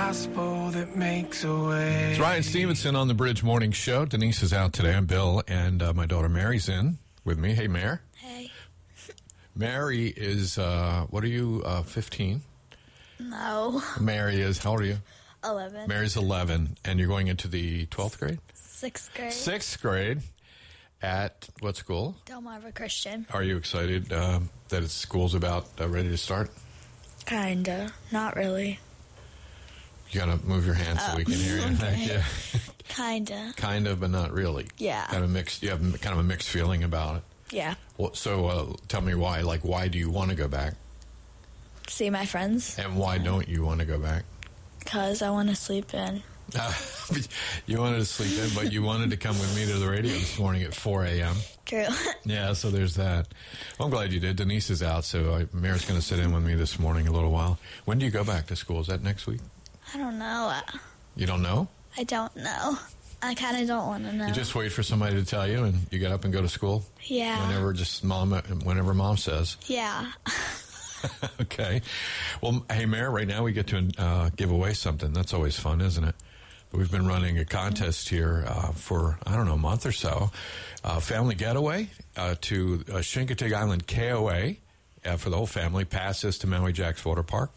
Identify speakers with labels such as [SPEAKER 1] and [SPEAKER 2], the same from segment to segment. [SPEAKER 1] gospel that makes a way.
[SPEAKER 2] It's Ryan Stevenson on the Bridge Morning Show. Denise is out today. I'm Bill, and uh, my daughter Mary's in with me. Hey, Mary.
[SPEAKER 3] Hey,
[SPEAKER 2] Mary is, uh, what are you, uh, 15?
[SPEAKER 3] no.
[SPEAKER 2] Mary is, how old are you?
[SPEAKER 3] 11.
[SPEAKER 2] Mary's 11, and you're going into the 12th grade?
[SPEAKER 3] Sixth grade.
[SPEAKER 2] Sixth grade at what school?
[SPEAKER 3] Delmarva Christian.
[SPEAKER 2] Are you excited um, that it's school's about uh, ready to start?
[SPEAKER 3] Kinda. Not really.
[SPEAKER 2] You gotta move your hand so we can hear you. Yeah,
[SPEAKER 3] Kinda.
[SPEAKER 2] kind of, but not really.
[SPEAKER 3] Yeah.
[SPEAKER 2] kind of mixed. You have m- kind of a mixed feeling about it.
[SPEAKER 3] Yeah.
[SPEAKER 2] Well, so uh, tell me why. Like, why do you want to go back,
[SPEAKER 3] See my friends?
[SPEAKER 2] and why don't you want to go back?
[SPEAKER 3] Because I want to sleep in.
[SPEAKER 2] you wanted to sleep in, but you wanted to come with me to the radio this morning at 4 a.m.
[SPEAKER 3] True.
[SPEAKER 2] Yeah, so there's that. Well, I'm glad you did. Denise is out, so I, Mayor's going to sit in with me this morning a little while. When do you go back to school? Is that next week?
[SPEAKER 3] I don't know. I,
[SPEAKER 2] You don't know?
[SPEAKER 3] I don't know. I kind of don't want to know.
[SPEAKER 2] You just wait for somebody to tell you, and you get up and go to school
[SPEAKER 3] yeah.
[SPEAKER 2] whenever just mom whenever mom says.
[SPEAKER 3] Yeah.
[SPEAKER 2] okay. Well, hey, Mayor, right now we get to uh, give away something. That's always fun, isn't it? But we've been running a contest here uh, for, I don't know, a month or so. Uh, family getaway uh, to uh, Chincoteague Island KOA uh, for the whole family. Passes to Maui Jacks Water Park.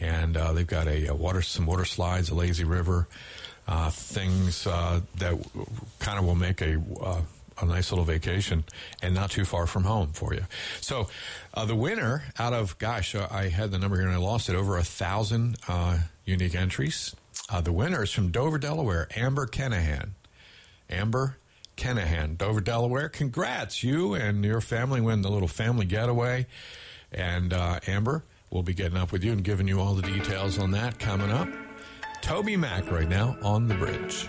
[SPEAKER 2] And uh, they've got a, uh water, some water slides, a lazy river, uh, things uh, that w- kind of will make a uh, a nice little vacation and not too far from home for you. So, uh, the winner out of gosh, uh, I had the number here and I lost it. Over a thousand uh, unique entries. Uh, the winner is from Dover, Delaware, Amber Kenahan. Amber Kenahan, Dover, Delaware. Congrats, you and your family win the little family getaway. And uh, Amber, we'll be getting up with you and giving you all the details on that coming up. Toby Mack right now on the bridge.